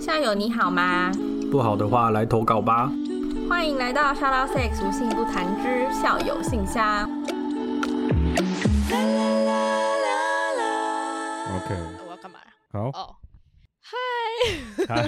校友你好吗？不好的话来投稿吧。欢迎来到 Shout Out Sex 无性不谈之校友信箱。 OK，我要干嘛？好，哦， 嗨，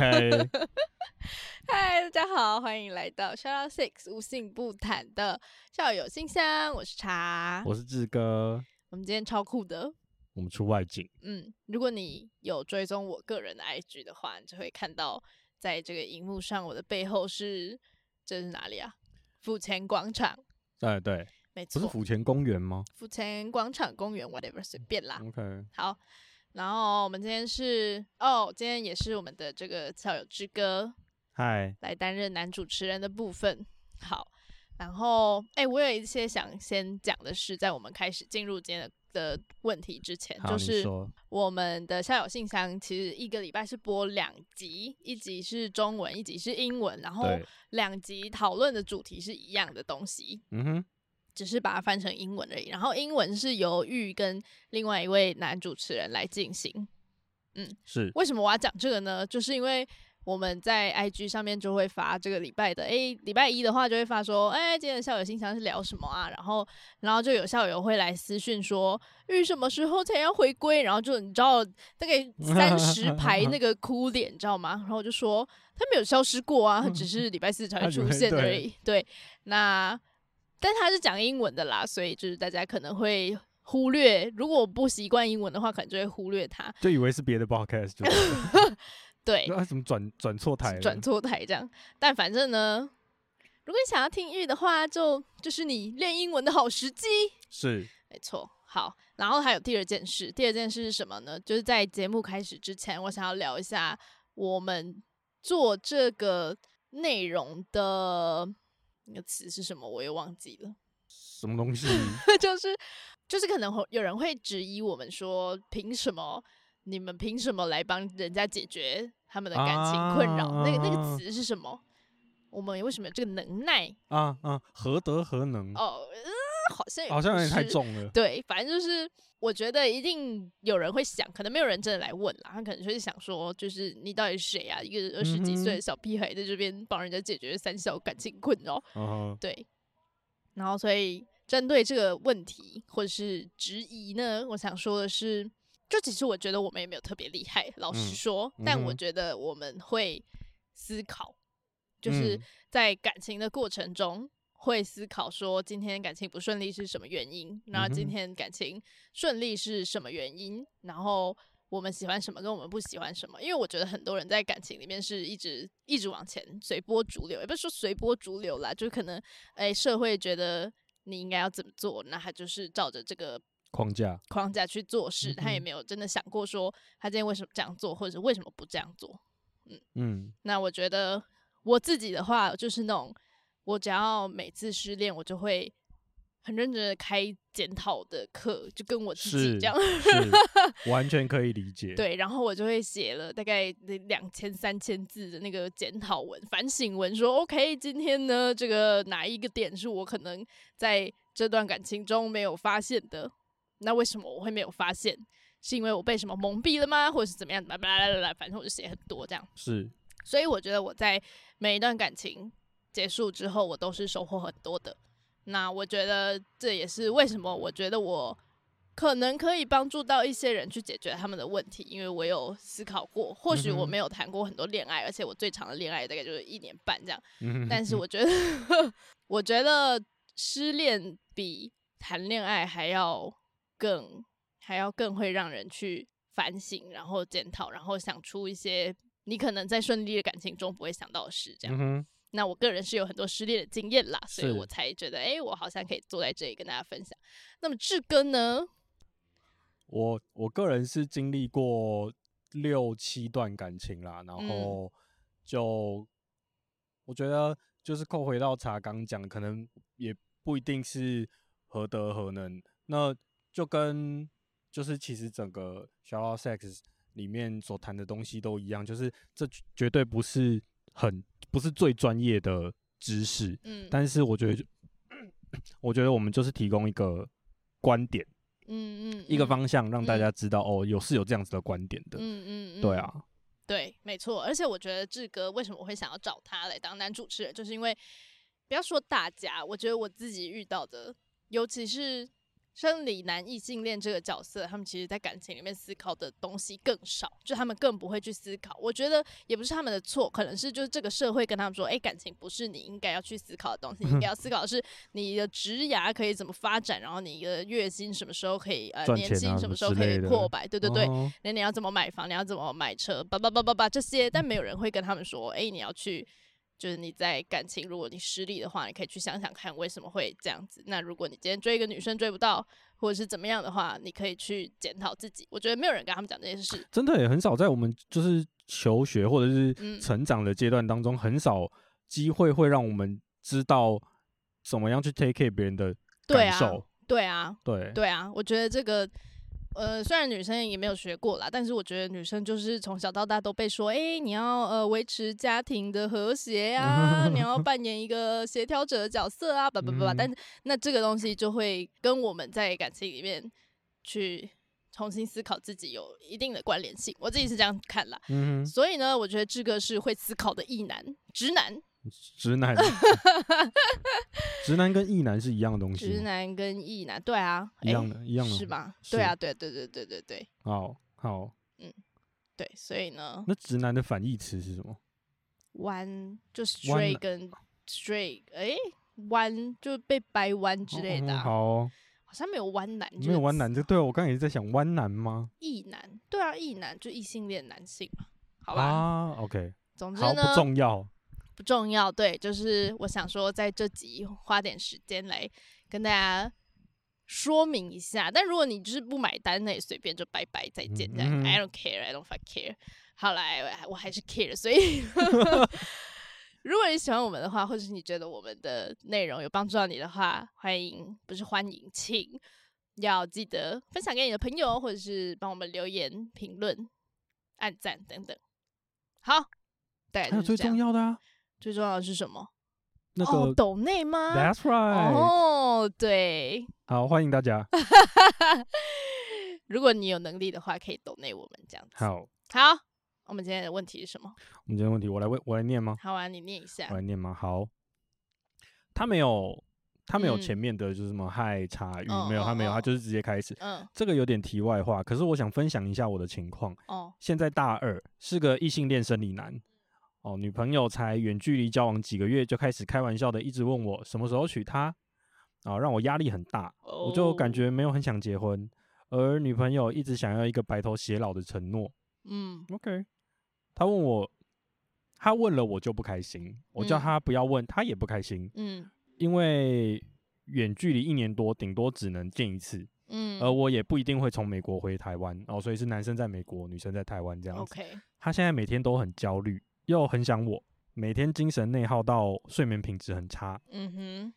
嗨，大家好，欢迎来到 Shout Out Six 无性不谈的校友信箱，我是茶。我是志哥，我们今天超酷的，我们出外景，嗯，如果你有追踪我个人的 IG 的话，你就会看到在这个荧幕上我的背后是这是哪里啊？府前广场，哎对，没不是错，府前公园吗府前广场公园 whatever 随便啦。 ？OK，好，然后我们今天是哦，今天也是我们的这个校友之歌嗨，来担任男主持人的部分。好，然后哎、我有一些想先讲的是，在我们开始进入今天的的问题之前，好，就你是说，我们的校友信箱其实一个礼拜是播两集，一集是中文，一集是英文，然后对，两集讨论的主题是一样的东西，嗯哼，只是把它翻成英文而已。然后英文是由玉跟另外一位男主持人来进行。是，为什么我要讲这个呢？就是因为我们在 IG 上面就会发这个礼拜的，诶，礼拜一的话就会发说，诶，今天的校友信箱是聊什么啊？然后，然后就有校友会来私讯说，玉什么时候才要回归？然后就你知道大概三十排 那个哭脸，你知道吗？然后我就说他没有消失过啊，他只是礼拜四才他会只出会现而对已。对，那但他是讲英文的啦，所以就是大家可能会。忽略，如果我不习惯英文的话，可能就会忽略他。就以为是别的 podcast，就 对，啊怎么转转错台了？转错台这样。但反正呢，如果你想要听玉的话，就就是你练英文的好时机。是，没错，好。然后还有第二件事，第二件事是什么呢？就是在节目开始之前，我想要聊一下我们做这个内容的那个词是什么，我也忘记了。什么东西？ 就是就是可能会有人会质疑我们说，凭什么你们凭什么来帮人家解决他们的感情困扰？那个那啊个词是什么？我们为什么有这个能耐？啊啊，何德何能？哦，呃、好像也好像有不点太是。重了。对，反正就是我觉得一定有人会想，可能没有人真的来问啦，他可能就是想说，就是你到底是谁啊？一个二十几岁嗯哼的小屁孩在这边帮人家解决三小感情困扰，嗯哼，对，然后所以针对这个问题或者是质疑呢，我想说的是，就其实我觉得我们也没有特别厉害，老嗯实说，但嗯我哼觉得我们会思考，就是嗯在感情的过程中。会思考说今天感情不顺利是什么原因，然后嗯今哼天感情顺利是什么原因，然后我们喜欢什么跟我们不喜欢什么。因为我觉得很多人在感情里面是一直一直往前随波逐流，也不是说随波逐流啦，就是可能哎、社会觉得你应该要怎么做，那他就是照着这个框架，框架去做事，他也嗯哼没有真的想过说他今天为什么这样做，或者是为什么不这样做。嗯，那我觉得我自己的话，就是那种我只要每次失恋，我就会很认真的开检讨的课，就跟我自己是这样。 是，完全可以理解。，对，然后我就会写了大概两千三千字的那个检讨文、反省文说，OK，今天呢，这个哪一个点是我可能在这段感情中没有发现的？那为什么我会没有发现？是因为我被什么蒙蔽了吗？或者是怎么样？巴拉巴拉巴拉，反正我就写很多这样。是，所以我觉得我在每一段感情结束之后，我都是收获很多的。那我觉得这也是为什么我觉得我可能可以帮助到一些人去解决他们的问题，因为我有思考过，或许嗯哼我没有谈过很多恋爱，而且我最长的恋爱大概就是一年半这样。嗯哼，但是我觉得， 我觉得失恋比谈恋爱还要更，还要更会让人去反省，然后检讨，然后想出一些你可能在顺利的感情中不会想到的事。这样，嗯哼，那我个人是有很多失恋的经验啦，所以是我才觉得，哎、我好像可以坐在这里跟大家分享。那么志哥呢？我我个人是经历过六七段感情啦，然后就、我觉得就是扣回到茶刚讲，可能也不一定是何德何能，那就跟就是其实整个《小老 Sex》里面所谈的东西都一样，就是这绝对不是很不是最专业的知识，嗯， 但是我觉得就，我觉得我们就是提供一个观点，嗯嗯，一个嗯，方向，让大家知道、哦，有是有这样子的观点的。嗯嗯，嗯对，啊，对，没错。而且我觉得志哥为什么我会想要找他来当男主持人，就是因为不要说大家，我觉得我自己遇到的，尤其是生理男异性恋这个角色，他们其实在感情里面思考的东西更少，就他们更不会去思考。我觉得也不是他们的错，可能是就是这个社会跟他们说，哎、感情不是你应该要去思考的东西，你应 该要思考的是你的职涯可以怎么发展，然后你的月薪什么时候可以呃赚年钱薪啊什什么么时候之可以类的破百，对对对。哦那你要怎么买房，你要怎么买车，叭叭叭叭叭这些，但没有人会跟他们说，哎、你要去，就是你在感情，如果你失利的话，你可以去想想看为什么会这样子。那如果你今天追一个女生追不到，或者是怎么样的话，你可以去检讨自己。我觉得没有人跟他们讲这件事，真的也很少在我们就是求学或者嗯是成长的阶段当中，很少机会会让我们知道怎么样去 take care 别人的对感啊受。对啊，对、对啊，我觉得这个，呃，虽然女生也没有学过啦，但是我觉得女生就是从小到大都被说，哎、你要呃维持家庭的和谐啊，你 要扮演一个协调者的角色啊，叭叭叭叭。嗯但那这个东西就会跟我们在感情里面去重新思考自己有一定的关联性，我自己是这样看啦。嗯哼，所以呢，我觉得志哥是会思考的异男、直男、直男，直男跟异男是一样的东西，直男跟异男，对啊，一诶样的，一样的，是？吧？是对啊，对对对对对对好好，对，所以呢，那直男的反义词是什么？弯就弯 stray 了跟 stray，哎、弯就被掰弯之类的哦啊、好哦，好像没有弯男，没有弯男，这对啊我刚刚也是在想弯男吗？异男，对啊，异男就异性恋男性嘛，好吧，啊，OK，总之好呢不重要，不重要，对，就是我想说在这集花点时间来跟大家。说明一下，但如果你就是不买单，那也随便就拜拜再见这样、嗯 I don't care, I don't fuck care。好啦，我我还是 care，所 以 如果你喜欢我们的话，或者是你觉得我们的内容有帮助到你的话，欢迎不是欢迎，请要记得分享给你的朋友，或者是帮我们留言、评论、按赞等等。好，大概还就有是最这样重。要的啊，最重要的是什么？那哦，个抖内吗？ That's right，哦，对，好，欢迎大 家，如果你有能力的话，可以抖内我们这样子。好，我好，我们今天的问题是什么？们今天的问题我来问，我来念吗？好啊，你念一下我。来念吗？好，他没有，他没有嗯前面的就是什么嗨茶语嗯，没有，嗯他没有，嗯他就是直接开始。嗯，这个有点题外话，可是我想分享一下我的情况。哦，现在大二，是个异性恋生理男。哦，女朋友才远距离交往几个月就开始开玩笑的，一直问我什么时候娶她，啊、让我压力很大，我我就感，觉没有很想结婚，而女朋友一直想要一个白头偕老的承诺。嗯 OK，他问我，他问了我就不开心，我嗯叫他不要问，他也不开心，嗯因为远距离一年多，顶多只能见一次，嗯，而呃我也不一定会从美国回台湾哦，所以是男生在美国，女生在台湾这样子。 OK，他现在每天都很焦虑，又很想我，每天精神内耗到睡眠品质很差，嗯哼，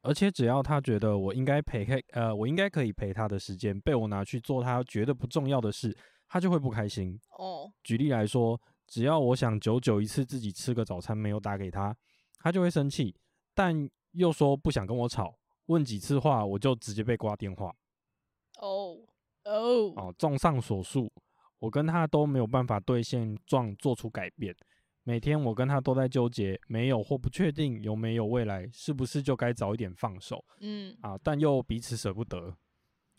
而且只要他觉得我应该陪开，呃，我应该可以陪他的时间被我拿去做他觉得不重要的事，他就会不开心。哦，举例来说，只要我想久久一次自己吃个早餐没有打给他，他就会生气，但又说不想跟我吵，问几次话我就直接被挂电话。哦，哦，哦，综上所述，我跟他都没有办法对现状做出改变。每天我跟他都在纠结，没有或不确定有没有未来，是不是就该早一点放手嗯啊？但又彼此舍不得。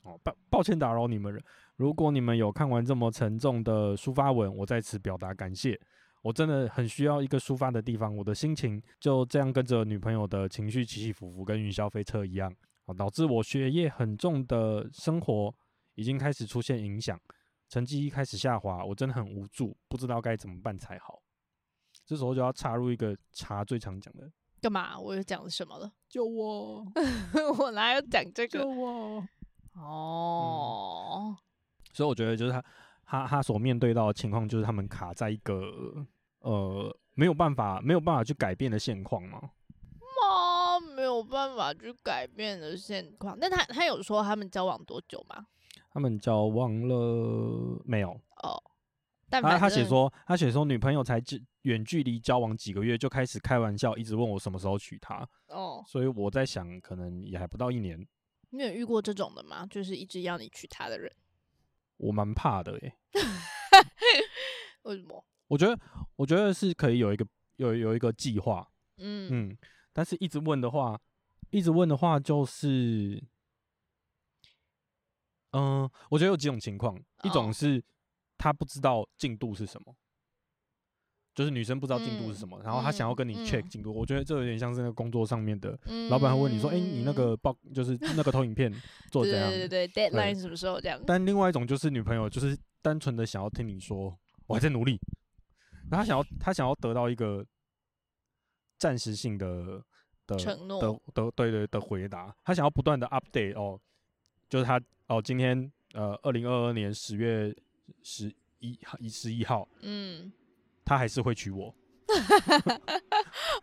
哦，抱抱歉打扰你们了。如果你们有看完这么沉重的抒发文，我在此表达感谢。我真的很需要一个抒发的地方，我的心情就这样跟着女朋友的情绪起起伏伏，跟云霄飞车一样，啊，导致我学业很重的生活已经开始出现影响，成绩开始下滑，我真的很无助，不知道该怎么办才好。这时候就要插入一个茶最常讲的干嘛？我又讲了什么了？ “救我，我哪有讲这救个？我哦，”，嗯所以我觉得就是他他他所面对到的情况，就是他们卡在一个呃没有办法没有办法去改变的现况嘛。妈没有办法去改变的现况。那他他有说他们交往多久吗？他们交往了没有？哦，但他反他写正说，他写说女朋友才距远距离交往几个月就开始开玩笑，一直问我什么时候娶她，哦，所以我在想，可能也还不到一年。你有遇过这种的吗？就是一直要你娶她的人，我蛮怕的耶。为什么？我觉得，我觉得是可以有一个有有一个计划，嗯，嗯，但是一直问的话，一直问的话就是，嗯、我觉得有几种情况，一哦种是她不知道进度是什么，就是女生不知道进度嗯是什么，然后她想要跟你嗯 check 嗯进度，我觉得这有点像是那个工作上面的，嗯老板会问你说，哎、你那个报就是那个投影片做对得怎样？对对对，deadline 什么时候这样？但另外一种就是女朋友，就是单纯的想要听你说，我还在努力，然后她想要她想要得到一个暂时性的的承诺的的对对的回答，她想要不断的 update 哦，就是她哦，今天呃，二零二二年十月十一一十一号，嗯她还是会娶我，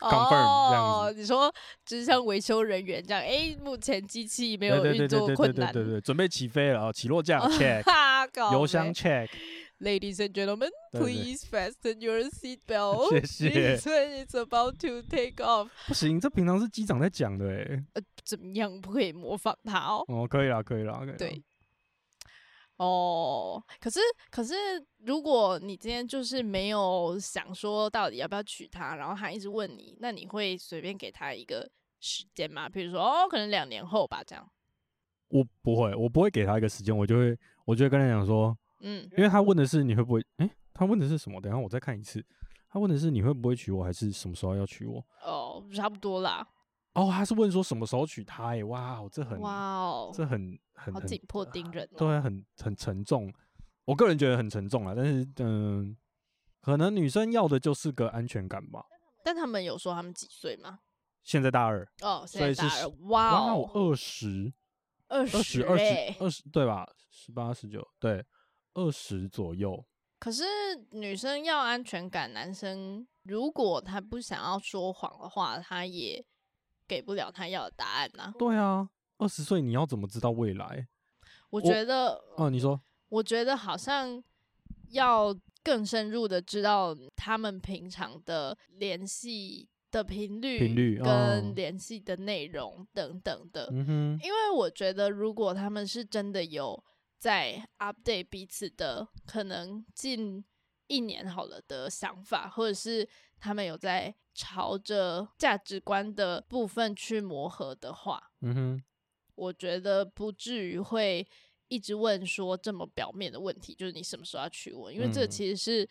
confirm 这样子哦，你说就是像维修人员这样，哎，目前机器没对有对运对对作对对困对难，对对，准备起飞了哦，起落架 check，哈，搞油箱没 check， Ladies and gentlemen, 对对 please fasten your seat belt. 谢谢 This one is about to take off. 不行，这平常是机长在讲的哎，怎么样？不可以模仿他哦。哦，可以啦，可以啦，可以啦对，哦，可是可是，如果你今天就是没有想说到底要不要娶她，然后他一直问你，那你会随便给他一个时间吗？比如说，哦，可能两年后吧，这样。我不会，我不会给他一个时间，我就会，我就会跟他讲说，嗯，因为他问的是你会不会，诶、他问的是什么？等一下我再看一次，他问的是你会不会娶我，还是什么时候要娶我？哦，差不多啦。哦，他是问说什么时候娶她、诶，哇哦，这很，哇哦，这很很好很啊紧迫盯人哦。对，很很沉重。我个人觉得很沉重啊，但是嗯、可能女生要的就是个安全感吧。但他们有说他们几岁吗？现在大二，哦，现在所以大是二，哇哇哦哦，，二十，二二十，二嘞十，。二十，对吧？十八、十九，对，二十左右。可是女生要安全感，男生如果他不想要说谎的话，他也给不了他要的答案呐、对啊，二十岁你要怎么知道未来？我我觉得，哦、你说我觉得好像要更深入的知道他们平常的联系的频率、频率哦跟联系的内容等等的。嗯哼，因为我觉得，如果他们是真的有在 update 彼此的，可能近一年好了的想法，或者是他们有在朝着价值观的部分去磨合的话，嗯哼，我觉得不至于会一直问说这么表面的问题，就是你什么时候要娶我？因为这嗯其实是，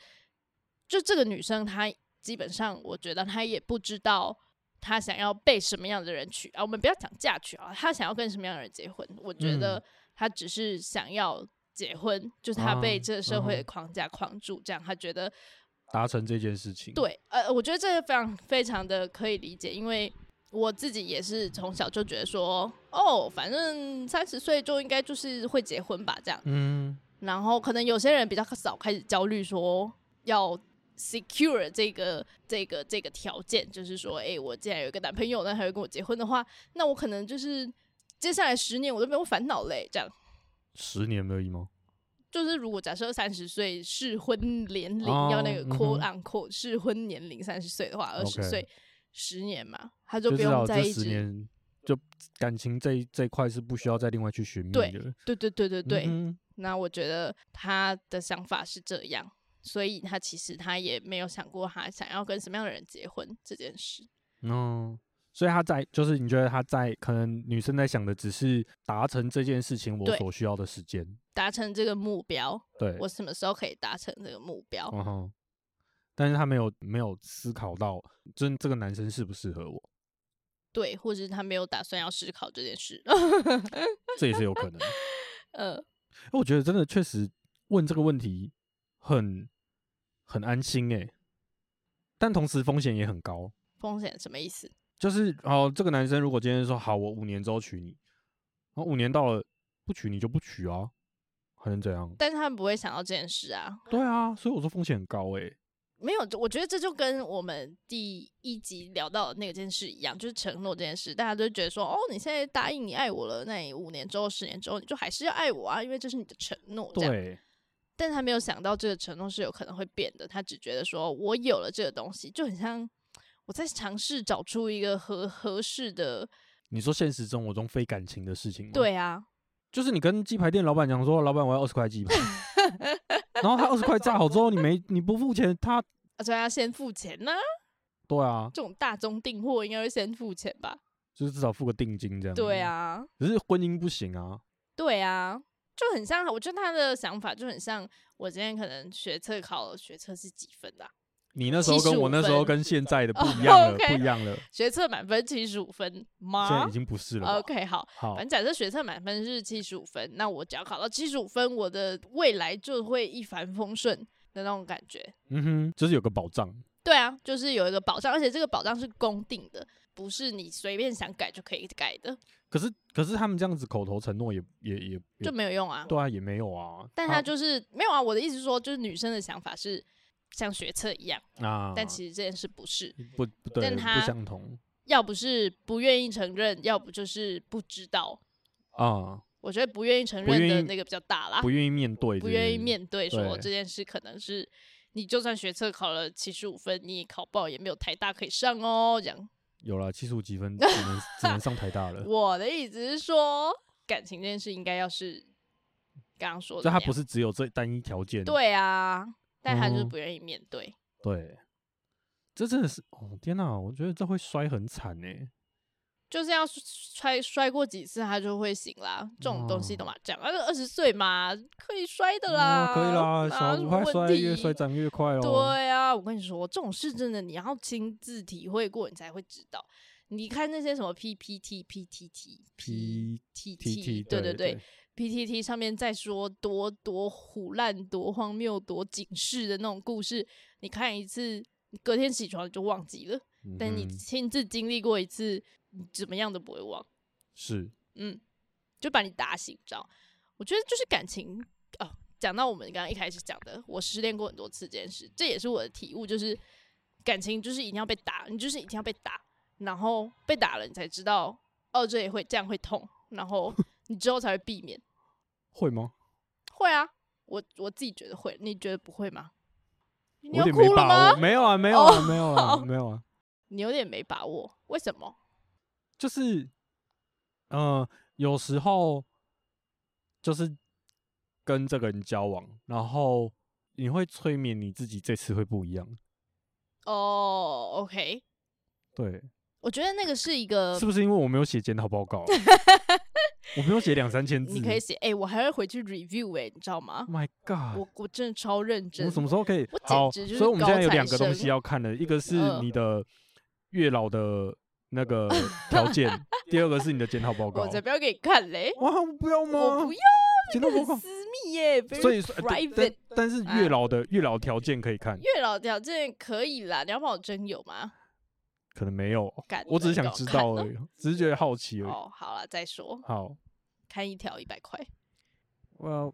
就这个女生她基本上，我觉得她也不知道她想要被什么样的人娶啊。我们不要讲嫁娶啊，她想要跟什么样的人结婚？我嗯觉得她只是想要结婚，就是她啊被这个社嗯会哼的框架框住，这样她觉得达成这件事情。，对，呃，我觉得这个非常非常的可以理解，因为我自己也是从小就觉得说，哦，反正三十岁就应该就是会结婚吧，这样。嗯，然后可能有些人比较早开始焦虑，说要 secure 这个这个这个条件，就是说，哎、我既然有一个男朋友，那他会跟我结婚的话，那我可能就是接下来十年我都没有烦恼嘞、这样。十年而已吗？就是如果假设三十岁适婚年龄、哦要那个嗯 quote 哼 on quote 适婚年龄三十岁的话，二 OK 十岁十年嘛，他就不就至用少再这一十直年，就感情这一这一块是不需要再另外去寻觅对的。对对对对对。嗯那我觉得他的想法是这样，所以他其实他也没有想过他想要跟什么样的人结婚这件事。哼哦所以他在就是你觉得他在可能女生在想的只是达成这件事情我对所需要的时间，达成这个目标，对，我什么时候可以达成这个目标？嗯哼，但是他没有没有思考到，真这个男生适不适合我，对，或者是他没有打算要思考这件事。 这也是有可能的。呃，我觉得真的确实问这个问题很很安心诶、但同时风险也很高。风险什么意思？就是哦，这个男生如果今天说好，我五年之后娶你，然后五年到了不娶你就不娶啊，还能怎样？但是他们不会想到这件事啊，对啊，所以我说风险很高欸诶、没有，我觉得这就跟我们第一集聊到的那件事一样，就是承诺这件事，大家都觉得说，哦，你现在答应你爱我了，那你五年之后、十年之后，你就还是要爱我啊，因为这是你的承诺。这样，对，但他没有想到这个承诺是有可能会变的，他只觉得说我有了这个东西，就很像我在尝试找出一个合合适的你说现实生活中非感情的事情吗？，对啊，就是你跟鸡排店老板讲说，老板我要二十块 鸡排，然后他二十块炸好之后，你没你不付钱，他而且啊要先付钱呢、对啊，这种大宗订货应该会先付钱吧？就是至少付个定金这样。对，啊，可是婚姻不行啊，对啊，就很像，我觉得他的想法就很像我今天可能学测考了，学测是几分啊啦、你那时候跟75我那时候分跟现在 的不哦一样了， ，OK 不一样了，学测满分七十五分现在吗已经不是了吧。哦？OK，好，好反，正假设学测满分是七十五分，那我只要考到七十五分，我的未来就会一帆风顺的那种感觉。嗯哼，就是有个保障，对啊，就是有一个保障，而且这个保障是公定的，不是你随便想改就可以改的，可是可是他们这样子口头承诺也也也也就没有用啊。对啊，也没有啊。但他就是、没有啊。我的意思是说，就是女生的想法是像学测一样，啊，但其实这件事不是，不不对，但不他相同要不是不愿意承认，要不就是不知道。啊，我觉得不愿意承不认愿的意那个比较大啦，不愿意面对，啊不愿意。面对说对这件事可能是你就算学测考了七十五分，你考不好也没有台大可以上哦。这样，有了七十五几分，只能只能上台大了。我的意思是说，感情这件事应该要是刚刚说的就那他样，不是只有这单一条件，对啊，但他就是嗯不愿意面对。对，这真的是哦天哪、我觉得这会摔很惨欸呢、就是要摔摔过几次，他就会醒啦。这种东西哦的嘛，讲，二二十岁嘛，可嗯以摔的哦啦，可以哪啦，有小什五么快问摔，越摔题长越快哦。对啊，我跟你说，这种事真的你要亲自体会过，你才会知道。你看那些什么 PPT、PTT、 P T T，对对对，PTT 上面在说多多胡乱、多荒谬、多警示的那种故事，你看一次，你隔天起床你就忘记了，但你嗯哼亲自经历过一次，你怎么样都不会忘。是嗯，就把你打醒，知道？我觉得就是感情哦。讲到我们刚刚一开始讲的，我失恋过很多次这件事，这也是我的体悟，就是感情就是一定要被打，你就是一定要被打，然后被打了你才知道，哦，这也会这样会痛，然 后你之后才会避免。会吗？会啊，我我自己觉得会，你觉得不会吗？你我有要点没哭了把握，吗？没 有啊，没有哦啊，没有啊，没有啊，你有点没把握，为什么？就是，呃，有时候就是跟这个人交往，然后你会催眠你自己，这次会不一样。哦、o k 对，我觉得那个是一个是不是因为我没有写检讨报告 啊、我没有写两三千字。你可以写，哎、我还会回去 review 哎、你知道吗 Oh？My God！我我真的超认我真，什么时候可以我？简好，直所就是以我们现在有高材两个东西生要看的，一个是嗯你的月老的 那个条件，第二个是你的检讨报告。我才不要给你看嘞，哇，我不啊哦要吗？我不要，检讨那报个告很。私密耶、v 所 e r y 以 说，呃但 private。但但是啊月老的月老条件可以看，月老条件可以啦，你要帮我征友吗？可能没有干，我只是想知道你来而已，只是觉得好奇而已。哦，好啦，再说，好，看一条一百块， 我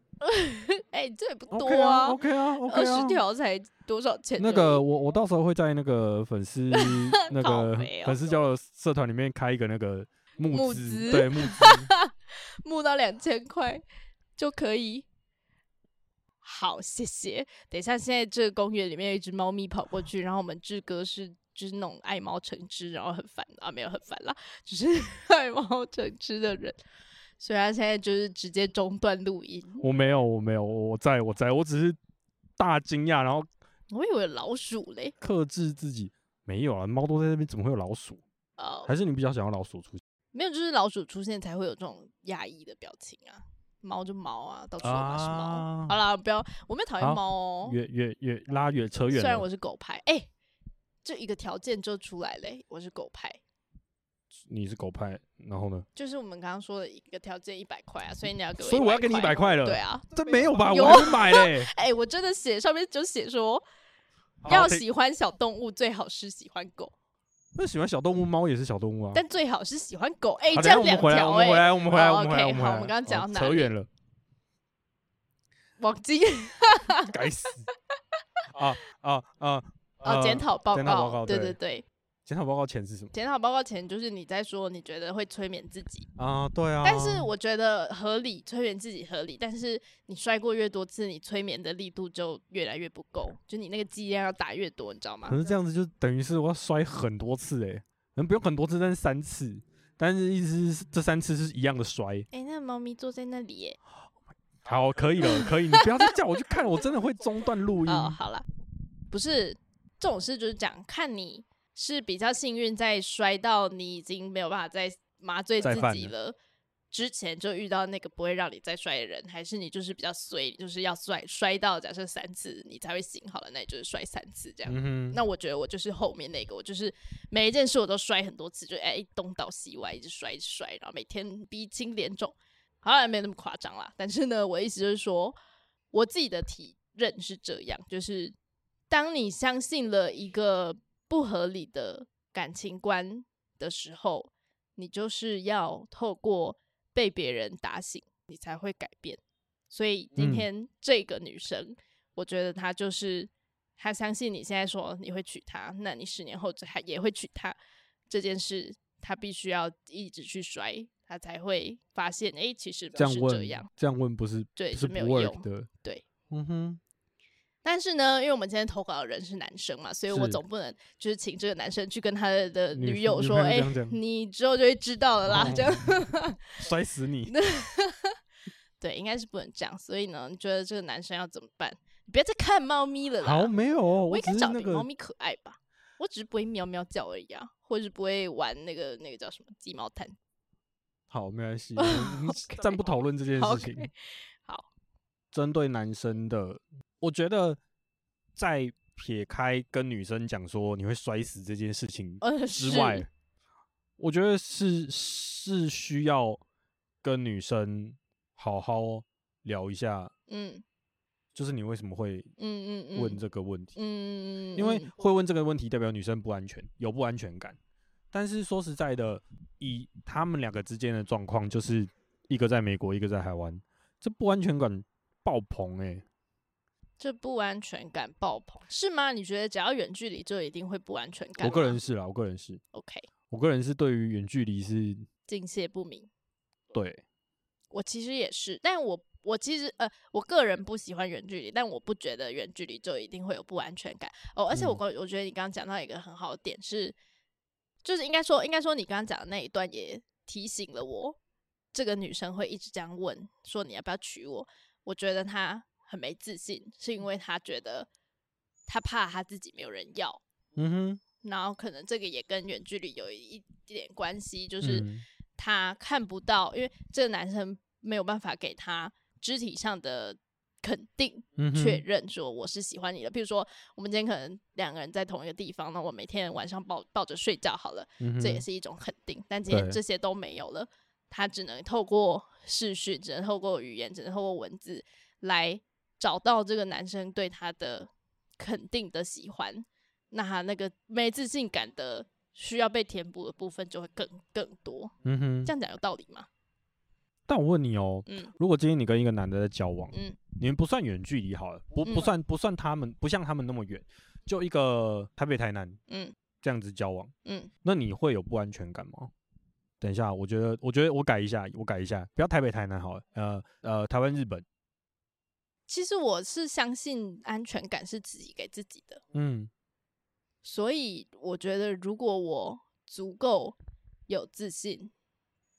哎、这也不 OK 多啊啊， ，OK 啊，OK 二啊十。条才多少钱而已？那个我我到时候会在那个 粉丝那靠个北哦粉丝交流社团里面开一个那个募募资资，对募资募到两千块就可以。好，谢谢。等一下，现在这个公园里面有一只猫咪跑过去，然后我们志哥是就是那种爱猫成痴，然后很烦啊，没有很烦啦，只是 爱猫成痴的人，所以他现在就是直接中断录音。我没有我没有我我在我在我只是大惊讶，然后我以为有老鼠嘞，克制自己。没有啊，猫都在那边，怎么会有老鼠？哦、还是你比较想要老鼠出现没有，就是老鼠出现才会有这种压抑的表情啊。猫就猫啊，到处都满是猫。啊好啦，不要，我没有讨厌好猫哦。越越越拉越扯远哦虽然了我。是狗派，哎、这一个条件就出来嘞、我是狗派，你是狗派，然后呢？就是我们刚刚说的一个条件一百块啊，所以你要给我，所以我要给你一百块了。对啊，这没有吧？有我还没买嘞。哎、我真的写上面就写说好 要可以喜欢小动物，最好是喜欢狗，那喜欢小动物，猫也是小动物啊。但最好是喜欢狗，哎、好这等一下样我们两回条来，我们回哎，来，我们回来，哦我们回来， OK，我们回好来。我们刚刚讲好到哪扯里远了，网金 该死。啊啊啊！哦，呃检讨报检讨报告对对对，检讨报告前是什么检讨报告前就是你在说你觉得会催眠自己，啊？对啊。但是我觉得合理，催眠自己合理，但是你摔过越多次，你催眠的力度就越来越不够，就你那个剂量要打越多，你知道吗欸可？是这样子就等于是我要摔很多次哎，能不用很多次，但是三次。但是意思是这三次是一样的摔。哎、那猫咪坐在那里耶。好，可以了，可以，你不要再叫我去看，我真的会中断录音。哦，好了，不是这种事，就是讲看你是比较幸运，在摔到你已经没有办法再麻醉再自犯己了。之前就遇到那个不会让你再摔的人，还是你就是比较衰，就是要摔摔到假设三次你才会醒，好了，那你就是摔三次这样。嗯哼，那我觉得我就是后面那个，我就是每一件事我都摔很多次，就哎、东倒西歪，一直摔一直摔，然后每天鼻青脸肿。好像没有那么夸张啦，但是呢，我的意思就是说，我自己的体认是这样，就是当你相信了一个不合理的感情观的时候，你就是要透过被别人打醒，你才会改变。所以今嗯天这个女生，我觉得她就是她相信你现在说你会娶她，那你十年后还也会娶她这件事，她必须要一直去摔，她才会发现，哎、其实这不样是问，这样。这样问不是对不是是不没有 work 用的，对，嗯哼，但是呢，因为我们今天投稿的人是男生嘛，所以我是总不能就是请这个男生去跟他的女女友女说：“朋友哎、这样讲你之后就会知道了啦。哦这样 摔死 你，对，应该是不能这样。所以呢，你觉得这个男生要怎么办？你别再看猫咪了啦。好，没有，我应只该是长那得比猫个咪可爱吧？我只是不会喵喵叫而已啊，或者是不会玩那个那个叫什么鸡毛掸。好，没关 系，我们暂不讨论这件好事，OK 情。好，针对男生的，我觉得在撇开跟女生讲说你会摔死这件事情呃，之是外，我觉得是是需要跟女生好好聊一下，嗯就是你为什么会嗯嗯嗯，问这个问题，嗯，嗯，因为嗯会问这个问题代表女生不安全，有不安全感。但是说实在的，以他们两个之间的状况，就是一个在美国，一个在台湾，这不安全感爆棚哎、这不安全感爆棚是吗？你觉得只要远距离就一定会不安全感吗？我个人是啦，我个人是， OK，我个人是对于远距离是境界不明。对，我其实也是，但我我其实呃，我个人不喜欢远距离，但我不觉得远距离就一定会有不安全感哦。而且我嗯刚、我觉得你刚刚讲到一个很好的点是，就是应该说应该说你刚刚讲的那一段也提醒了我，这个女生会一直这样问说你要不要娶我？我觉得她很没自信，是因为她觉得她怕她自己没有人要，嗯哼，然后可能这个也跟远距离有一点关系，就是嗯他看不到，因为这个男生没有办法给他肢体上的肯定嗯哼确认，说我是喜欢你的。比如说，我们今天可能两个人在同一个地方，那我每天晚上抱抱着睡觉好了，嗯哼这也是一种肯定。但今天对这些都没有了，他只能透过视讯，只能透过语言，只能透过文字来找到这个男生对他的肯定的喜欢。那他那个没自信感的需要被填补的部分就会更更多。嗯哼这。样讲有道理吗？但我问你哦，嗯如果今天你跟一个男的在交往，嗯你们不算远距离好了，不不嗯算不算他们不像他们那么远，就一个台北台南嗯这样子交往，嗯，那你会有不安全感吗？等一下，我觉得我觉得我改一下，我改一下，不要台北台南好了，呃呃，台湾日本，其实我是相信安全感是自己给自己的，嗯所以我觉得如果我足够有自信，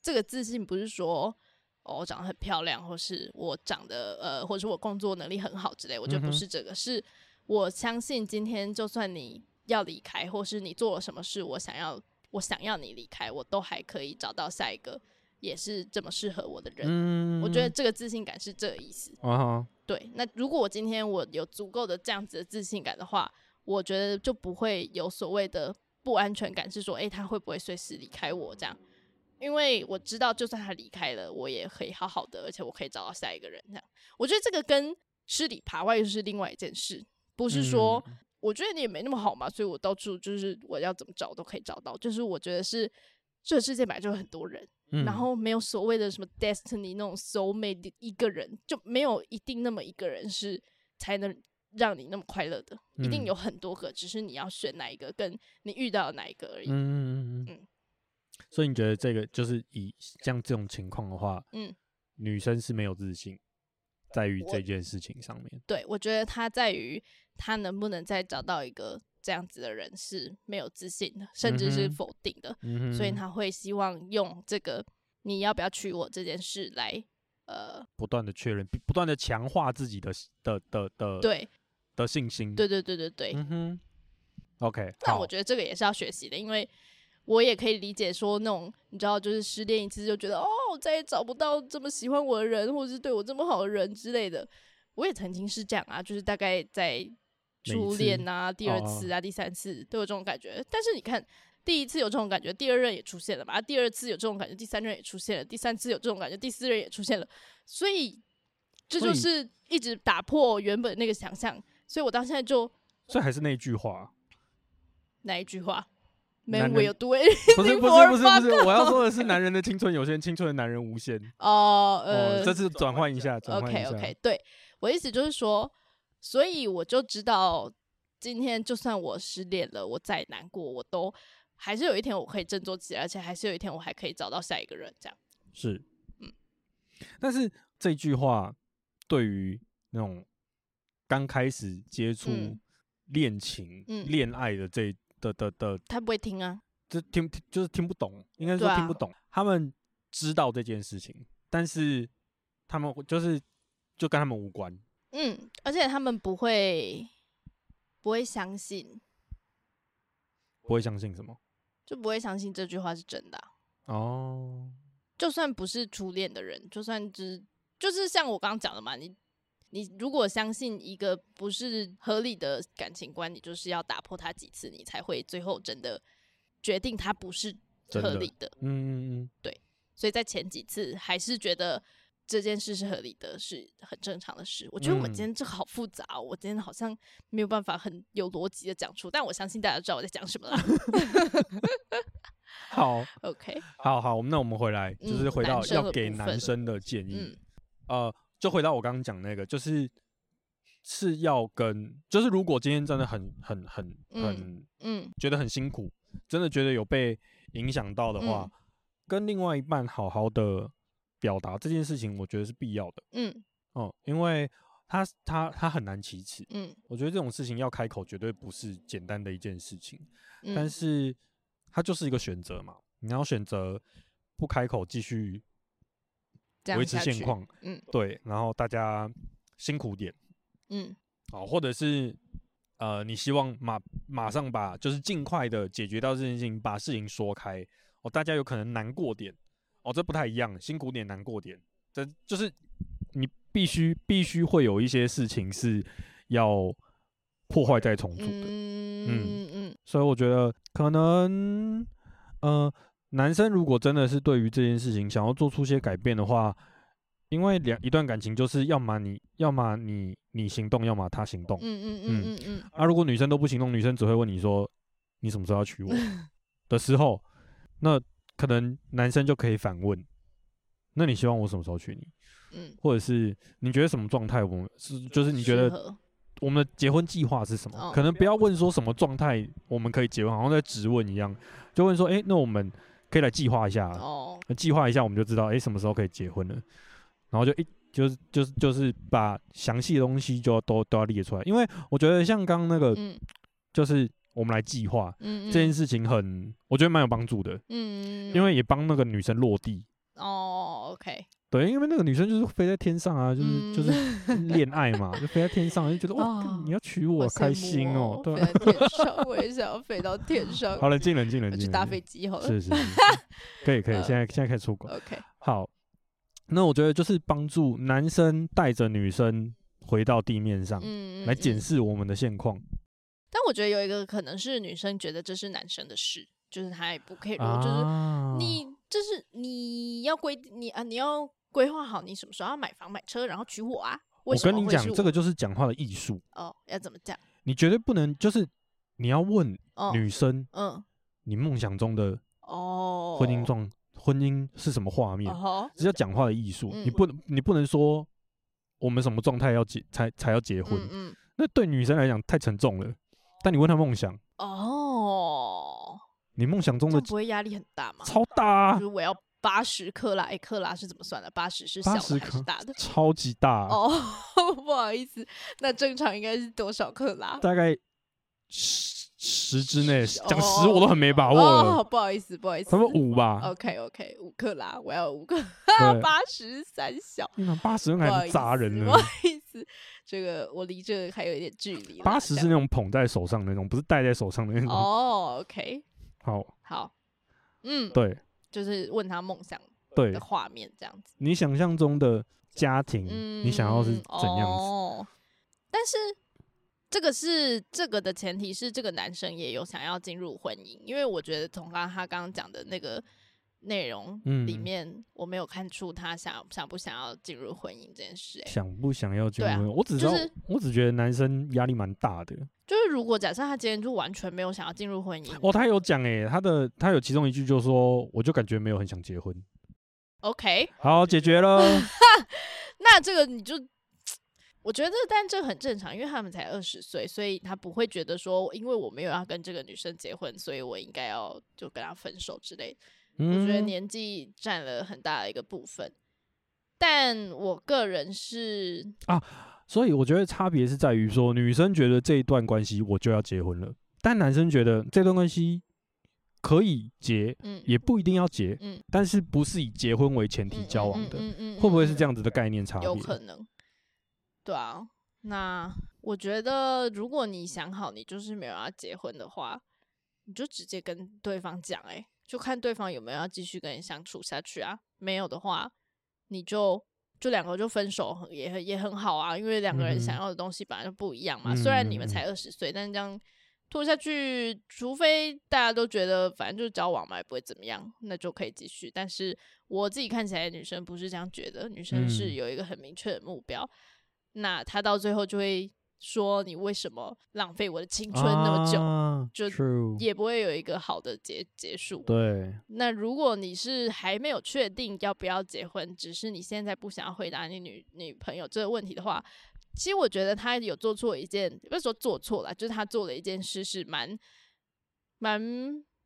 这个自信不是说哦我长得很漂亮，或是我长得呃，或者是我工作能力很好之类，我觉得嗯不哼是这个，是我相信今天就算你要离开，或是你做了什么事，我想要我想要你离开，我都还可以找到下一个也是这么适合我的人。嗯我觉得这个自信感是这个意思。啊哈，对，那如果我今天我有足够的这样子的自信感的话，我觉得就不会有所谓的不安全感，是说，诶，他会不会随时离开我这样？因为我知道，就算他离开了，我也可以好好的，而且我可以找到下一个人。这样，我觉得这个跟吃里扒外又是另外一件事，不嗯是说、我觉得你也没那么好嘛，所以我到处就是我要怎么找都可以找到。就是我觉得是这个世界本来就有很多人，嗯然后没有所谓的什么 destiny 那种 soul mate 的一个人，就没有一定那么一个人是才能让你那么快乐的，一定嗯有很多个，只是你要选哪一个，跟你遇到的哪一个而已。嗯嗯嗯嗯嗯，所以你觉得这个就是以像这种情况的话，嗯，女生是没有自信，在于我这件事情上面，对，我觉得它在于他能不能再找到一个这样子的人是没有自信的，甚至是嗯哼否定的，嗯哼，所以他会希望用这个你要不要娶我这件事来，呃，不断的确认，不断的强化自己的的的的对的信心。对对对对对，嗯哼，OK，那好我，觉得这个也是要学习的，因为我也可以理解说那种你知道，就是失恋一次就觉得哦，我再也找不到这么喜欢我的人，或者是对我这么好的人之类的。我也曾经是这样啊，就是大概在每一初次恋啊、第二哦次啊、第三次都有这种感觉。但是你看，第一次有这种感觉，第二任也出现了嘛，啊第二次有这种感觉，第三任也出现了，第三次有这种感觉，第四任也出现了，所以这所就以是一直打破原本那个想象。所以我到现在就所以还是那句 话，那一句话男，Man 人 will do it。 不是 Before 不是不是不 fuck 是，我要说 的是，男人的青春有限，青春的男人无限。哦，哦呃，这次转换一下，转换一 OK 下。 OK，对我意思就是说，所以我就知道，今天就算我失恋了，我再难过，我都还是有一天我可以振作起来，而且还是有一天我还可以找到下一个人，这样。是，嗯但是这句话对于那种刚开始接触嗯恋情、嗯恋爱的这的的的，他不会听啊，这听就是听不懂，应该对说啊听不懂。他们知道这件事情，但是他们会就是就跟他们无关。嗯，而且他们不会不会相信，不会相信什么就不会相信这句话是真的啊、哦，就算不是初恋的人，就算只就是像我刚刚讲的嘛，你你如果相信一个不是合理的感情观，你就是要打破它几次，你才会最后真的决定它不是真的合理的。嗯嗯嗯，所以在前几次还是觉得这件事是合理的，是很正常的事。我觉得我们嗯今天这个好复杂、哦，我今天好像没有办法很有逻辑的讲出，但我相信大家知道我在讲什么了。 好 OK，好好，那我们回来就嗯是回到男生要的给部男分生的建议，嗯呃，就回到我刚刚讲那个，就是是要跟，就是如果今天真的很很很嗯很、嗯觉得很辛苦，真的觉得有被影响到的话，嗯跟另外一半好好的表达这件事情，我觉得是必要的嗯哦、因为他他他很难启齿，嗯我觉得这种事情要开口绝对不是简单的一件事情，嗯，但是它就是一个选择嘛，你要选择不开口继续这样维持下现去，况，嗯对，然后大家辛苦点。嗯好，或者是呃，你希望马马上把就是尽快的解决到这件事情，把事情说开哦，大家有可能难过点哦，这不太一样，辛苦点难过点，这就是你必须必须会有一些事情是要破坏再重复的，嗯嗯嗯所以我觉得可能呃，男生如果真的是对于这件事情想要做出些改变的话。因为两一段感情就是要么你要么你你行动，要么他行动。嗯嗯嗯嗯啊，如果女生都不行动，女生只会问你说你什么时候要娶我 的时候，那可能男生就可以反问，那你希望我什么时候娶你，嗯或者是你觉得什么状态我们是就是嗯，你觉适得合我们的结婚计划是什么？哦可能不要问说什么状态我们可以结婚，好像在质问一样，就问说，诶，那我们可以来计划一下，哦，那计划一下我们就知道，诶，什么时候可以结婚了，然后就一。就是就是就是把详细的东西就要都都要列出来，因为我觉得像刚刚那个嗯就是我们来计划嗯呃这件事情很，我觉得蛮有帮助的，嗯，因为也帮那个女生落地。哦，OK，对，因为那个女生就是飞在天上啊，就是、嗯就是恋爱嘛，就飞在天上，就觉得哇、哦干你要娶我，开心哦，对、飞在天上，我也想要飞到天上。好，冷静冷静冷我去静，冷搭静飞机好了。 是是是，可以可以，呃现在现在可以出国。 OK，好，那我觉得就是帮助男生带着女生回到地面上，嗯，来检嗯。视我们的现况。但我觉得有一个可能是女生觉得这是男生的事，就是她也不 care，就是啊你就是你要规定你啊，你要规划好你什么时候要买房买车，然后娶我啊。为我什跟么你会讲是，这我个就是讲话的艺术。哦，要怎么讲？你绝对不能，就是你要问哦，女生，嗯，你梦想中的哦，婚姻状、婚姻是什么画面？哦吼，这叫讲话的艺术。嗯你不能，你不能说我们什么状态要结才才要结婚，嗯嗯，那对女生来讲太沉重了。但你问她梦想，哦，你梦想中这的样不会压力很大吗？超大、啊就是，我要八十克拉，哎，克拉是怎么算的？八十是小80的还是克大的？超级大啊、哦， 不好意思，那正常应该是多少克拉？大概十十之内，哦讲十我都很没把握哦，了，不好意思，不好意思，他们五吧， OK OK，五克拉，我要五克对八十三小，八十不还好能意思，扎人呢不，好意思，这个我离这个还有一点距离啦。八十这是那样种捧在手上的那种，不是戴在手上的那种。哦，OK，好，好，嗯，对就是问他梦想对的，画面这样子，你想象中的家庭，嗯，你想要是怎样子？哦，但是。这个是这个的前提是这个男生也有想要进入婚姻，因为我觉得从刚刚他刚刚讲的那个内容里嗯面，我没有看出他想想不想要进入婚姻这件事、欸。想不想要结对啊婚？我只知道就是，我只觉得男生压力蛮大的。就是如果假设他今天就完全没有想要进入婚 姻、哦，他有讲诶，他的他有其中一句就说，我就感觉没有很想结婚。 o k 好，解 决了。那这个你就，我觉得但这很正常，因为他们才二十岁，所以他不会觉得说，因为我没有要跟这个女生结婚，所以我应该要就跟她分手之类的。我觉得嗯年纪占了很大的一个部分，但我个人是所以我觉得差别是在于说，女生觉得这一段关系我就要结婚了，但男生觉得这段关系可以结，嗯也不一定要结，嗯但是不是以结婚为前提嗯交往的，嗯嗯嗯嗯会不会是嗯这样子的概念差别？有可能，对啊。那我觉得，如果你想好你就是没有要结婚的话，你就直接跟对方讲，哎，就看对方有没有要继续跟你相处下去啊。没有的话，你就就两个就分手也很也很好啊，因为两个人嗯想要的东西本来就不一样嘛。虽然你们嗯嗯嗯才二十岁，但是这样拖下去，除非大家都觉得反正就是交往嘛，也不会怎么样，那就可以继续。但是我自己看起来，女生不是这样觉得，女生是嗯有一个很明确的目标。那她到最后就会说：“你为什么浪费我的青春那么久？”啊就 true 也不会有一个好的结结束。对，那如果你是还没有确定要不要结婚，只是你现在不想要回答你女女朋友这个问题的话，其实我觉得他有做错一件，不是说做错了，就是他做了一件事是蛮蛮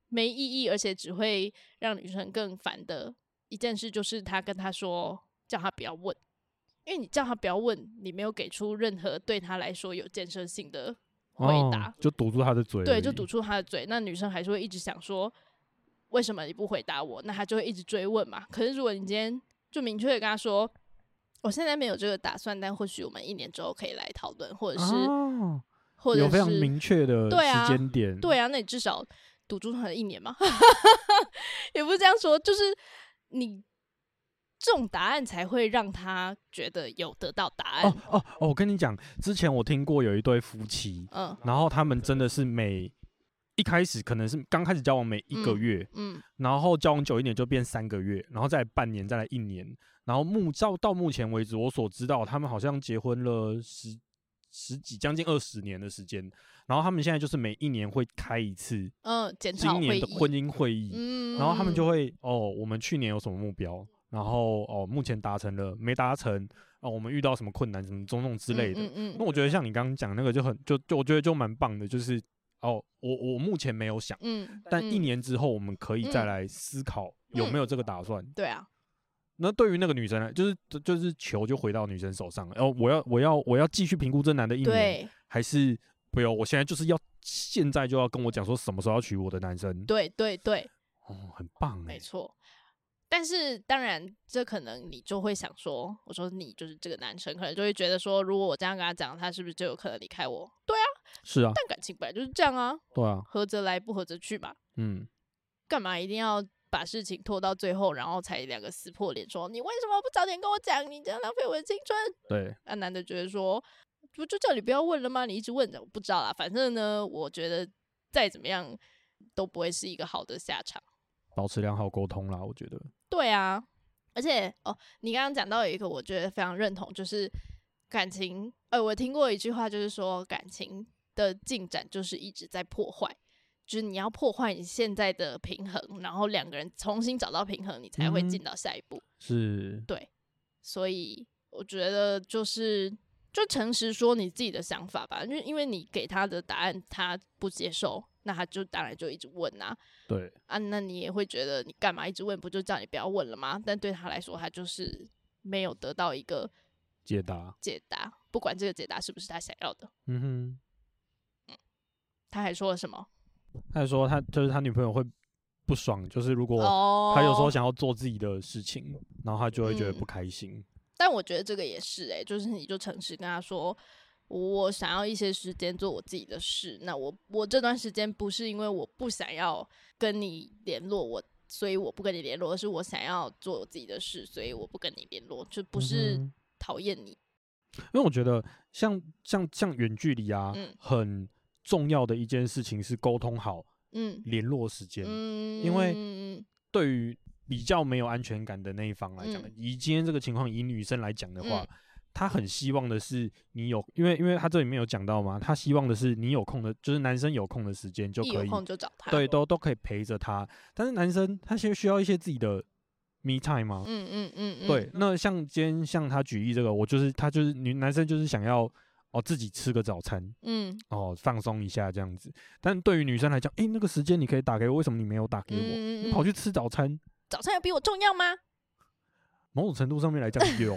没意义，而且只会让女生更烦的一件事，就是他跟他说叫他不要问，因为你叫他不要问，你没有给出任何对他来说有建设性的回答。哦、就堵住他的嘴而已，对，就堵住他的嘴。那女生还是会一直想说，为什么你不回答我？那她就会一直追问嘛。可是如果你今天就明确的跟她说，我现在没有这个打算，但或许我们一年之后可以来讨论，或者是、哦或者有是非常明确的对啊时间点，对啊，那你至少堵住他的一年嘛， 也不是这样说，就是你这种答案才会让他觉得有得到答案。哦哦哦，我跟你讲，之前我听过有一对夫妻，嗯然后他们真的是每一开始可能是刚开始交往每一个嗯月，嗯然后交往久一点就变三个月，然后再来半年，再来一年，然后目照到目前为止，我所知道他们好像结婚了十十几将近二十年的时间，然后他们现在就是每一年会开一次嗯，检讨今会年议的，婚姻会议，嗯，然后他们就会哦，我们去年有什么目标，然后哦目前达成了没达成，哦我们遇到什么困难什么种种之类的，嗯嗯那我觉得像你刚刚讲那个就很就就我觉得就蛮棒的，就是哦，我我目前没有想，嗯，嗯但一嗯年之后我们可以再嗯来思考有没有这个打算。对啊，那对于那个女生来，就是就就是球就回到女生手上了，然、哦后我要我要我要继续评估这男的一年，对还是不用？我现在就是要现在就要跟我讲说什么时候要娶我的男生，对对对，哦，很棒哎、没错。但是当然，这可能你就会想说，我说你就是这个男生，可能就会觉得说，如果我这样跟他讲，他是不是就有可能离开我？对啊，是啊，但感情本来就是这样啊，对啊，合则来，不合则去嘛。嗯，干嘛一定要把事情拖到最后，然后才两个撕破脸说你为什么不早点跟我讲？你这样浪费我的青春。对，那男的觉得说，不就叫你不要问了吗？你一直问着，我不知道啦。反正呢，我觉得再怎么样都不会是一个好的下场。保持良好沟通啦，我觉得，对啊，而且哦，你刚刚讲到有一个我觉得非常认同，就是感情。呃，我听过一句话，就是说感情的进展就是一直在破坏，就是你要破坏你现在的平衡，然后两个人重新找到平衡，你才会嗯进到下一步。是，所以我觉得就是就诚实说你自己的想法吧，因为因为你给他的答案他不接受，那他就当然就一直问啊，对，啊，那你也会觉得你干嘛一直问，不就叫你不要问了吗？但对他来说，他就是没有得到一个解答，嗯解答，不管这个解答是不是他想要的，嗯哼，他还说了什么？他说他就是他女朋友会不爽，就是如果哦他有时候想要做自己的事情，然后他就会觉得不嗯开心。但我觉得这个也是哎、就是你就诚实跟他说，我想要一些时间做我自己的事。那我我这段时间不是因为我不想要跟你联络，我所以我不跟你联络，而是我想要做我自己的事，所以我不跟你联络，就不是嗯讨厌你。因为我觉得像像像远距离啊，嗯很重要的一件事情是沟通好嗯联络时间。嗯，因为嗯对于比较没有安全感的那一方来讲，嗯以今天这个情况，以女生来讲的话嗯，她、很希望的是你有，因为因为她这里面有讲到嘛，她希望的是你有空的，就是男生有空的时间就一可有以，空就找他。对，都都可以陪着她。但是男生他需需要一些自己的 me time 嘛，嗯嗯嗯嗯，对。那像今天像他举例这个，我就是他就是女男生就是想要哦自己吃个早餐，嗯哦，放松一下这样子。但对于女生来讲，诶，那个时间你可以打给我，为什么你没有打给我？嗯嗯嗯你跑去吃早餐，早餐有比我重要吗？某种程度上面来讲 有。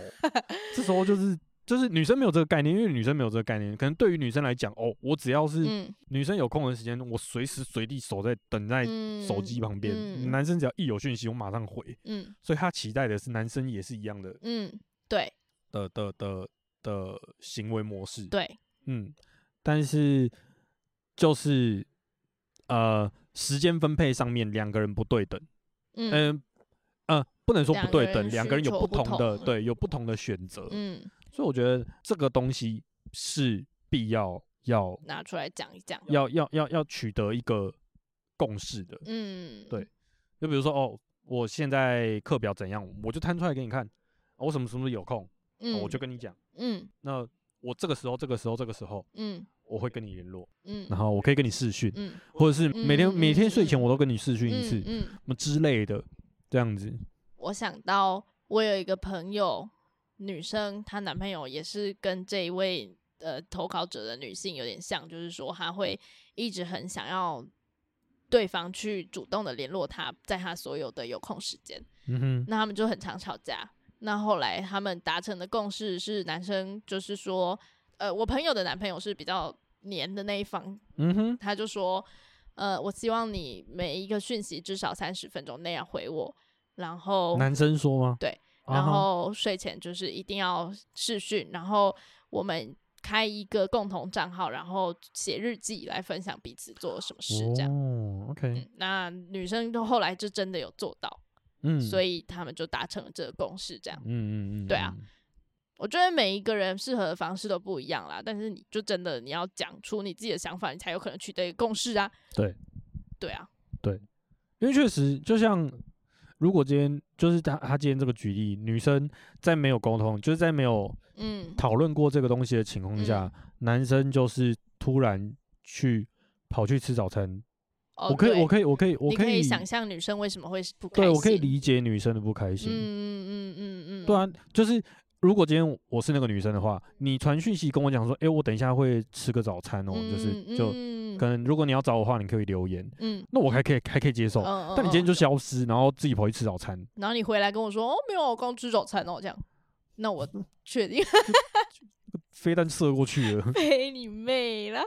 这时候就是就是女生没有这个概念，因为女生没有这个概念，可能对于女生来讲，哦，我只要是嗯，女生有空的时间，我随时随地守在等在手机旁边。嗯男生只要一有讯息，我马上回。嗯所以他期待的是男生也是一样的嗯嗯，对的的的的行为模式。对，嗯，但是就是呃，时间分配上面两个人不对等，嗯嗯嗯呃不能说两个不对人等，两需个人有求不不同的同对有不同的选择，嗯，所以我觉得这个东西是必要要拿出来讲一讲。要要要要取得一个共识的。嗯，对就比如说哦，我现在课表怎样，我就摊出来给你看，哦我什么什么时候有空，嗯，哦我就跟你讲，嗯那我这个时候这个时候这个时候嗯我会跟你联络，嗯，然后我可以跟你视讯。嗯或者是每天、嗯嗯每天嗯睡前嗯我都跟你视讯一嗯次，嗯，什么之类的，这样子。我想到我有一个朋友，女生，她男朋友也是跟这一位呃投稿者的女性有点像，就是说她会一直很想要对方去主动的联络她，在她所有的有空时间。嗯哼，那他们就很常吵架。那后来他们达成的共识是，男生就是说，呃，我朋友的男朋友是比较黏的那一方，嗯哼，他就说，呃，我希望你每一个讯息至少三十分钟内要回我，然后男生说吗？哦对啊哈，然后睡前就是一定要视讯，然后我们开一个共同账号，然后写日记来分享彼此做了什么事这样。哦，OK，嗯，那女生就后来就真的有做到，嗯，所以，以他们就达成了这个共识，这样。嗯嗯嗯，对啊嗯，我觉得每一个人适合的方式都不一样啦，但是你就真的你要讲出你自己的想法，你才有可能取得一个共识啊。对，对啊，因为确实就像。如果今天就是他他今天这个举例，女生在没有沟通，就是在没有嗯讨论过这个东西的情况下，男生就是突然去跑去吃早餐，哦我可以，对我可以，我可以，我你可以，想象女生为什么会不开心，对我可以理解女生的不开嗯心，嗯嗯嗯嗯，对啊，就是如果今天我是那个女生的话，你传讯息跟我讲说，诶，我等一下会吃个早餐哦，嗯，就是就嗯可能如果你要找我的话，你可以留言，嗯，那我还可以还可以接受。嗯但你今天就，嗯嗯消失，然后自己跑去吃早餐，嗯然后你回来跟我说，哦，没有，我刚吃早餐哦，这样，那 我确定飞弹射过去了。被你妹了。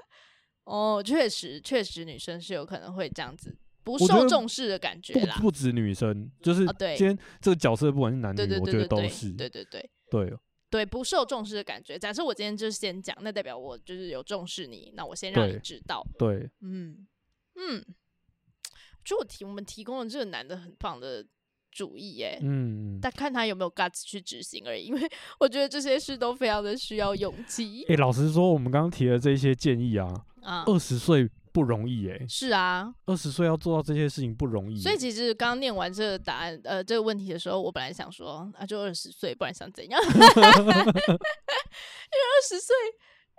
哦，确实，确实，女生是有可能会这样子不觉受得重视的感觉不啦。不止女生，就是哦对今天这个角色，不管是男女对，对我对觉得对都对是对对对。对对不受重视的感觉。假设我今天就是先讲，那代表我就是有重视你，那我先让你对知道。对嗯嗯，就我提我们提供了这个男的很棒的主意耶、嗯。嗯但看他有没有 guts 去执行而已，因为 我觉得这些事都非常的需要勇 气诶，老实说，我们刚刚提的这些建议啊，啊。二十岁不容易诶，是啊，二十岁要做到这些事情不容易耶。所以其实刚念完这个答案，呃，这个问题的时候，我本来想说，啊，就二十岁，不然想怎样？ 因为二十岁，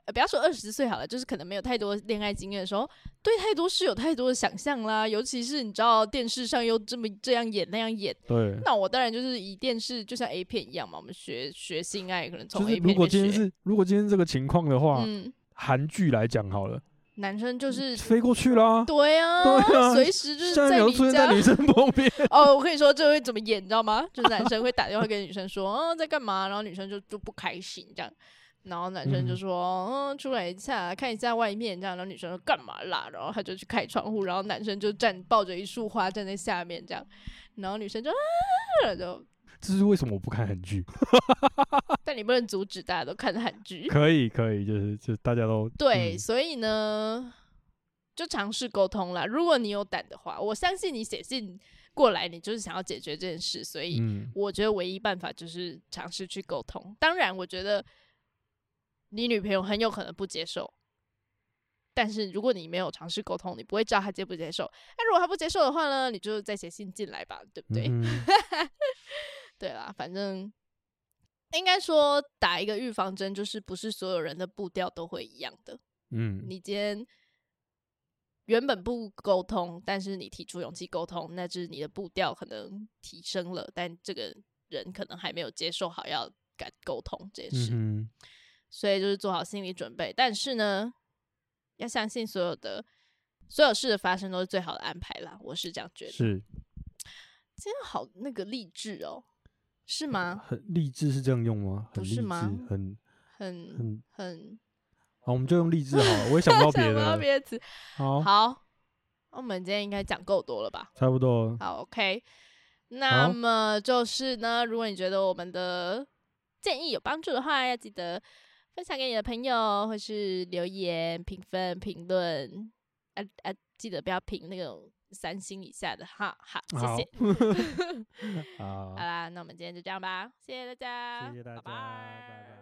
呃不要说二十岁好了，就是可能没有太多恋爱经验的时候，对太多事有太多的想象啦。尤其是你知道电视上又这么这样演那样演，对，那我当然就是以电视就像 A 片一样嘛，我们学学性爱可能从就是 A 如片果里今天面学。是如果今天这个情况的话，嗯，韩剧来讲好了，男生就是飞过去啦，对啊，嗯 对啊随时就是像在牛你出现家在女生旁边， 哦，我跟你说，这会怎么哦演，你知道吗？就是男生会打电话给女生说，嗯、在干嘛，然后女生就就不开心这样。然后男生就嗯说：“嗯，出来一下，看一下外面。”这样，然后女生说：“干嘛啦？”然后他就去开窗户，然后男生就站抱着一束花站在下面这样，然后女生就啊，就这是为什么我不看韩剧？啊但你不能阻止大家都看韩剧，可以，可以，就是就是大家都对，嗯所以呢，就尝试沟通啦。如果你有胆的话，我相信你写信过来，你就是想要解决这件事，所以嗯我觉得唯一办法就是尝试去沟通。当然，我觉得你女朋友很有可能不接受，但是如果你没有尝试沟通，你不会知道她接不接受。那如果她不接受的话呢，你就再写信进来吧，对不对？嗯哼对啦，反正应该说打一个预防针，就是不是所有人的步调都会一样的。嗯， 你今天原本不沟通，但是你提出勇气沟通，那就是你的步调可能提升了，但这个人可能还没有接受好要敢沟通这件嗯事，哼所以就是做好心理准备。但是呢，要相信所有的所有事的发生都是最好的安排啦，我是这样觉得。是今天好那个励志哦，是吗？很励志是这样用吗？不很是励志吗，嗯很很很很好，我们就用励志好了。我也想不到 别想不到的哦了，别的词。好，好，那我们今天应该讲够多了吧？差不多了。好，OK。那好么就是呢，如果你觉得我们的建议有帮助的话，要记得分享给你的朋友，或是留言、评分、评论。啊啊，记得不要评那种三星以下的哈。好，好谢谢。好 好 啦，那我们今天就这样吧，谢谢大家，谢谢大家，拜拜拜。